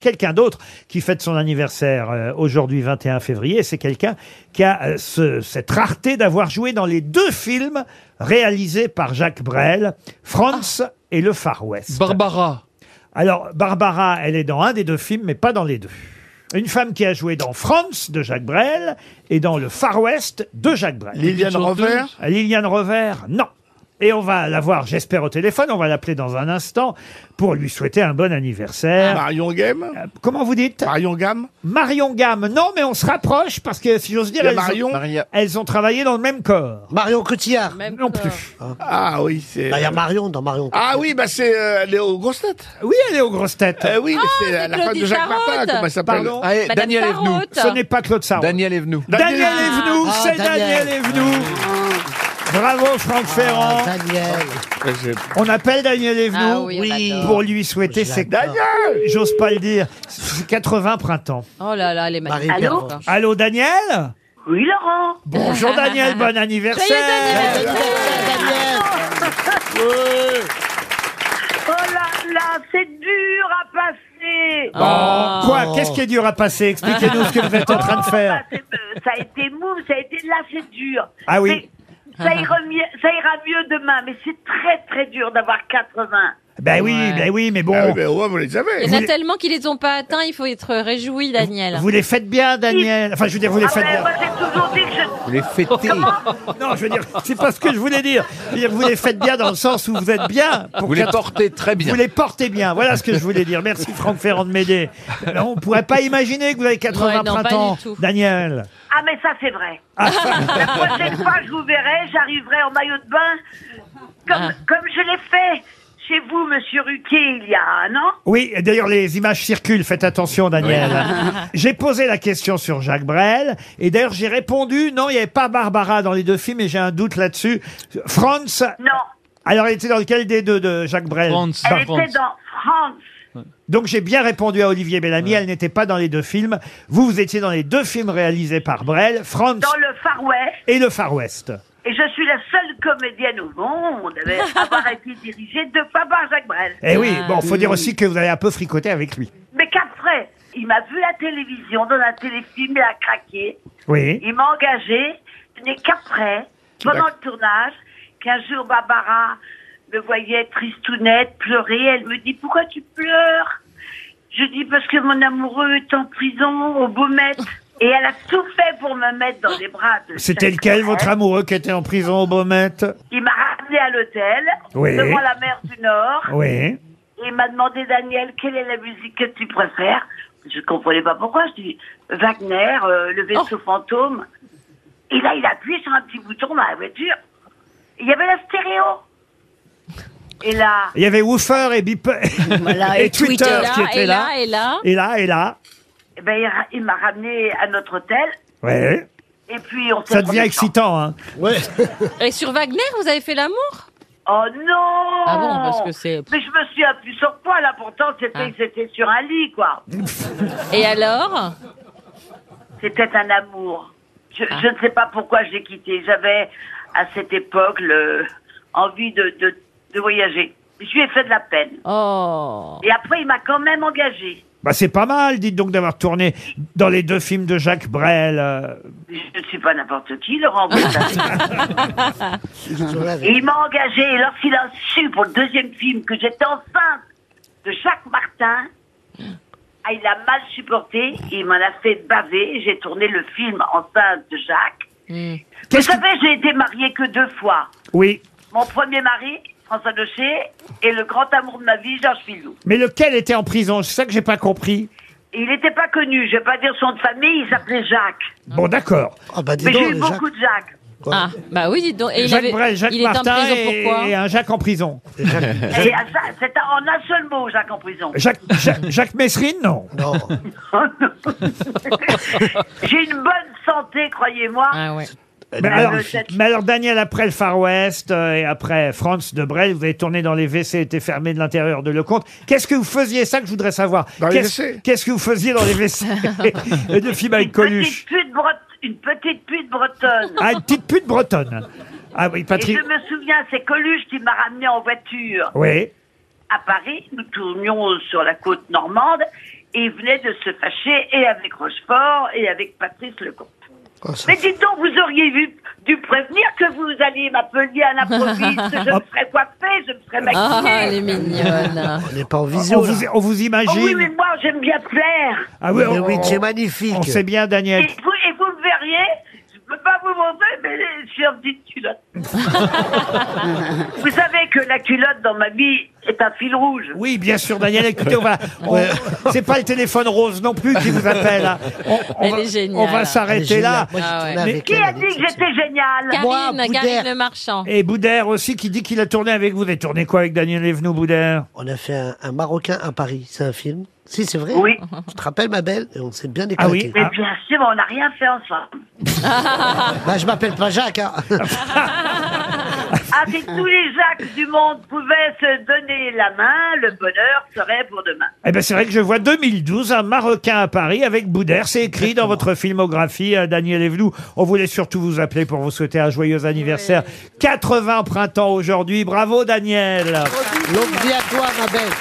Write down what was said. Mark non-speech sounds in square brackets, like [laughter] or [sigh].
quelqu'un d'autre qui fête son anniversaire euh, aujourd'hui 21 février, c'est quelqu'un qui a euh, ce- cette rareté d'avoir joué dans les deux films réalisés par Jacques Brel, France et le Far West. Barbara. Alors Barbara, elle est dans un des deux films mais pas dans les deux. Une femme qui a joué dans France de Jacques Brel et dans le Far West de Jacques Brel. Liliane Rover Liliane Rover, non. Et on va l'avoir, j'espère, au téléphone. On va l'appeler dans un instant pour lui souhaiter un bon anniversaire. Ah. Marion Game Comment vous dites Marion Game Marion Game, non, mais on se rapproche parce que, si j'ose dire, Il y a elles, Marion ont, elles ont travaillé dans le même corps. Marion Cotillard Non plus. Ah oui, c'est. Bah, euh, il y a Marion dans Marion. Ah oui, bah c'est. euh, elle est aux grosses têtes. Oui, elle est aux grosses têtes. Euh, oui, mais Ah, c'est c'est la- la femme de Claudie Jacques Sarraute. Martin, comment elle s'appelle Pardon Allez, Madame Daniel Sarraute. Evenou. Ce n'est pas Claude Sarraute. Daniel Evenou. Daniel Ah. Evenou, Ah, c'est Daniel. Daniel Evenou. Bravo Franck oh. Ah, Ferrand. Ah, On appelle Daniel Evenou Ah oui, on Oui. l'adore. pour lui souhaiter Je ses l'adore. J'ose pas le dire. ses 80 printemps. Oh là là, les magnifiques. Allô Allô Daniel Oui Laurent. Bonjour [laughs] Daniel, bon anniversaire. Ah, Ah, Oh là là, c'est dur à passer. Oh, Quoi Qu'est-ce qui est dur à passer Expliquez-nous ce que vous êtes en train de faire. Bah, euh, Ça a été mou, ça a été là, c'est dur. Ah oui. Mais ça, ira mieux, ça ira mieux demain, mais c'est très très dur d'avoir 80. Ben oui, ben oui, mais bon. Ah oui, ben, au moins, vous les avez. Il y en Vous a tellement qui les ont pas atteints, il faut être réjoui, Daniel. Vous les faites bien, Daniel. Enfin, je veux dire, vous les Ah faites ouais, bien. moi, Vous les fêtez. Non, je veux dire, c'est pas ce que je voulais dire. Je veux dire, Vous les faites bien dans le sens où vous êtes bien. Vous les quatre- portez très bien. Vous les portez bien. Voilà ce que je voulez dire. Merci Franck Ferrand de m'aider. Alors, On pourrait pas imaginer que vous avez 80 Ouais, non, pas printemps, du tout. Daniel. Ah mais ça c'est vrai. Ah. La prochaine fois je vous verrai, j'arriverai en maillot de bain, Ah. comme, comme je l'ai fait chez vous, Monsieur Ruquier, il y a un an. Oui, et d'ailleurs, les images circulent. Faites attention, Daniel. Oui. [laughs] j'ai posé la question sur Jacques Brel. Et d'ailleurs, j'ai répondu non, il n'y avait pas Barbara dans les deux films et j'ai un doute là-dessus. France. Non. Alors, elle était dans lequel des deux de Jacques Brel France. Elle était dans France. Donc, j'ai bien répondu à Olivier Bellamy. Elle n'était pas dans les deux films. Vous, vous étiez dans les deux films réalisés par Brel, France Dans le Far West. et le Far West. Et je suis la seule comédienne au monde [laughs] à avoir été dirigée de Papa Jacques Brel. Eh oui, bon, faut dire aussi que vous avez un peu fricoté avec lui. Mais qu'après, il m'a vu à la télévision, dans un téléfilm, il a craqué. Oui. Il m'a engagé. Ce n'est qu'après, pendant le tournage, qu'un jour Barbara me voyait tristounette, pleurer. Elle me dit Pourquoi tu pleures Je dis Parce que mon amoureux est en prison, au Beaumet. Et elle a tout fait pour me mettre dans les bras de. C'était Jacques lequel, Brel. votre amoureux qui était en prison au Beaumet Il m'a ramené à l'hôtel, Oui. devant la mer du Nord. Oui. Et il m'a demandé, Daniel, quelle est la musique que tu préfères Je comprenais pas pourquoi. Je dis, Wagner, euh, le vaisseau Oh. fantôme. Et là, il a appuyé sur un petit bouton dans la voiture. Il y avait la stéréo. Et là, Il y avait Woofer et Bip Voilà, [laughs] et, et Twitter, Twitter, qui étaient et là. là, et là. Et là, et là. eh ben, il, ra- il m'a ramené à notre hôtel. Ouais. Et puis, on s'est Ça devient promis- excitant, hein. Ouais. Et sur Wagner, vous avez fait l'amour Oh non Ah bon, parce que c'est- Ah. Mais je me suis appuyé sur quoi, là, pourtant, c'était c'était sur un lit, quoi. Et alors C'était un amour. Je, je ne sais pas pourquoi j'ai quitté. J'avais à cette époque le- envie de, de, de voyager. Je lui ai fait de la peine. Oh. Et après, il m'a quand même engagé. Bah, c'est pas mal, dites donc, d'avoir tourné dans les deux films de Jacques Brel. euh. Je ne suis pas n'importe qui, Laurent. vous le savez. et il m'a engagé. Et lorsqu'il a su pour le deuxième film que j'étais enceinte de Jacques Martin, ah, il a mal supporté. Il m'en a fait baver. J'ai tourné le film enceinte de Jacques. Vous savez, j'ai été mariée que deux fois. Oui. Mon premier mari, François Docher, et le grand amour de ma vie, Georges Filou. Mais lequel était en prison C'est ça que j'ai pas compris. Il n'était pas connu, je ne vais pas dire son de famille, il s'appelait Jacques. Bon, d'accord. Ah, bah, Mais j'ai eu beaucoup de [laughs] Jacques. Ah, bah oui, dis donc. Et il Jacques avait- Brel, Jacques il est en Martin prison et, pourquoi et un Jacques en prison. Et à ça- c'est un- en un seul mot, Jacques en prison. [laughs] Jacques, Jacques, Jacques Messrine, non Non. J'ai une bonne santé, croyez-moi. Ah. Mais Euh, alors, cette- mais alors, Daniel, après le Far West euh, et après France de Brel, vous avez tourné dans les WC, étaient fermés de l'intérieur de Lecomte. Qu'est-ce que vous faisiez ça que je voudrais savoir Dans les Qu'est-ce WC? qu'est-ce que vous faisiez dans les [laughs] WC Et de film avec Coluche Petite pute bret- une petite pute bretonne. Ah, une petite pute bretonne. Ah oui, Patrick. Et je me souviens, c'est Coluche qui m'a ramené en voiture Oui. à Paris. Nous tournions sur la côte normande. Et il venait de se fâcher et avec Rochefort et avec Patrice Lecomte. Mais dites donc, vous auriez vu- dû prévenir que vous alliez m'appeler à l'improviste. je me serais coiffée, je me serais Ah, elle maquillée. est mignonne. On n'est Ah, pas en on, visio. là. vous, on vous Oh oui, imagine. mais moi, j'aime bien plaire. Ah oui, Mais on, oui, c'est on magnifique. sait bien, Et Daniel. vous, et vous me verriez, je peux pas vous montrer, mais je suis en petite [laughs] culotte. vous savez que la culotte dans ma vie est un fil rouge. Oui, bien sûr, Daniel. Écoutez, on va. on- C'est pas le téléphone rose non plus qui vous appelle. hein. On, on Elle va, est géniale. on va Elle est s'arrêter géniale. là. Moi, j'ai Ah tourné ouais. avec euh, Qui elle, a elle est dit que exceptionnelle. j'étais géniale Moi, Karine, Karine Boudère. Le Marchand. Et Boudère aussi qui dit qu'il a tourné avec vous. Vous avez tourné quoi avec Daniel Evenou, Boudère On a fait un, un Marocain à Paris. C'est un film. Si, c'est vrai. Oui. Je te rappelle, ma belle, et on s'est bien Ah oui. éclaté. Mais bien sûr, on n'a rien fait ensemble. Bah, je m'appelle pas Jacques. [laughs] hein. Ah, si tous les Jacques du monde pouvaient se donner la main, le bonheur serait pour demain. Eh ben c'est vrai que je vois 2012, un Marocain à Paris avec Boudère. C'est écrit dans votre filmographie, euh, Daniel Evenou. On voulait surtout vous appeler pour vous souhaiter un joyeux anniversaire. 80 printemps aujourd'hui. Bravo, Daniel. Longue vie à toi, ma belle.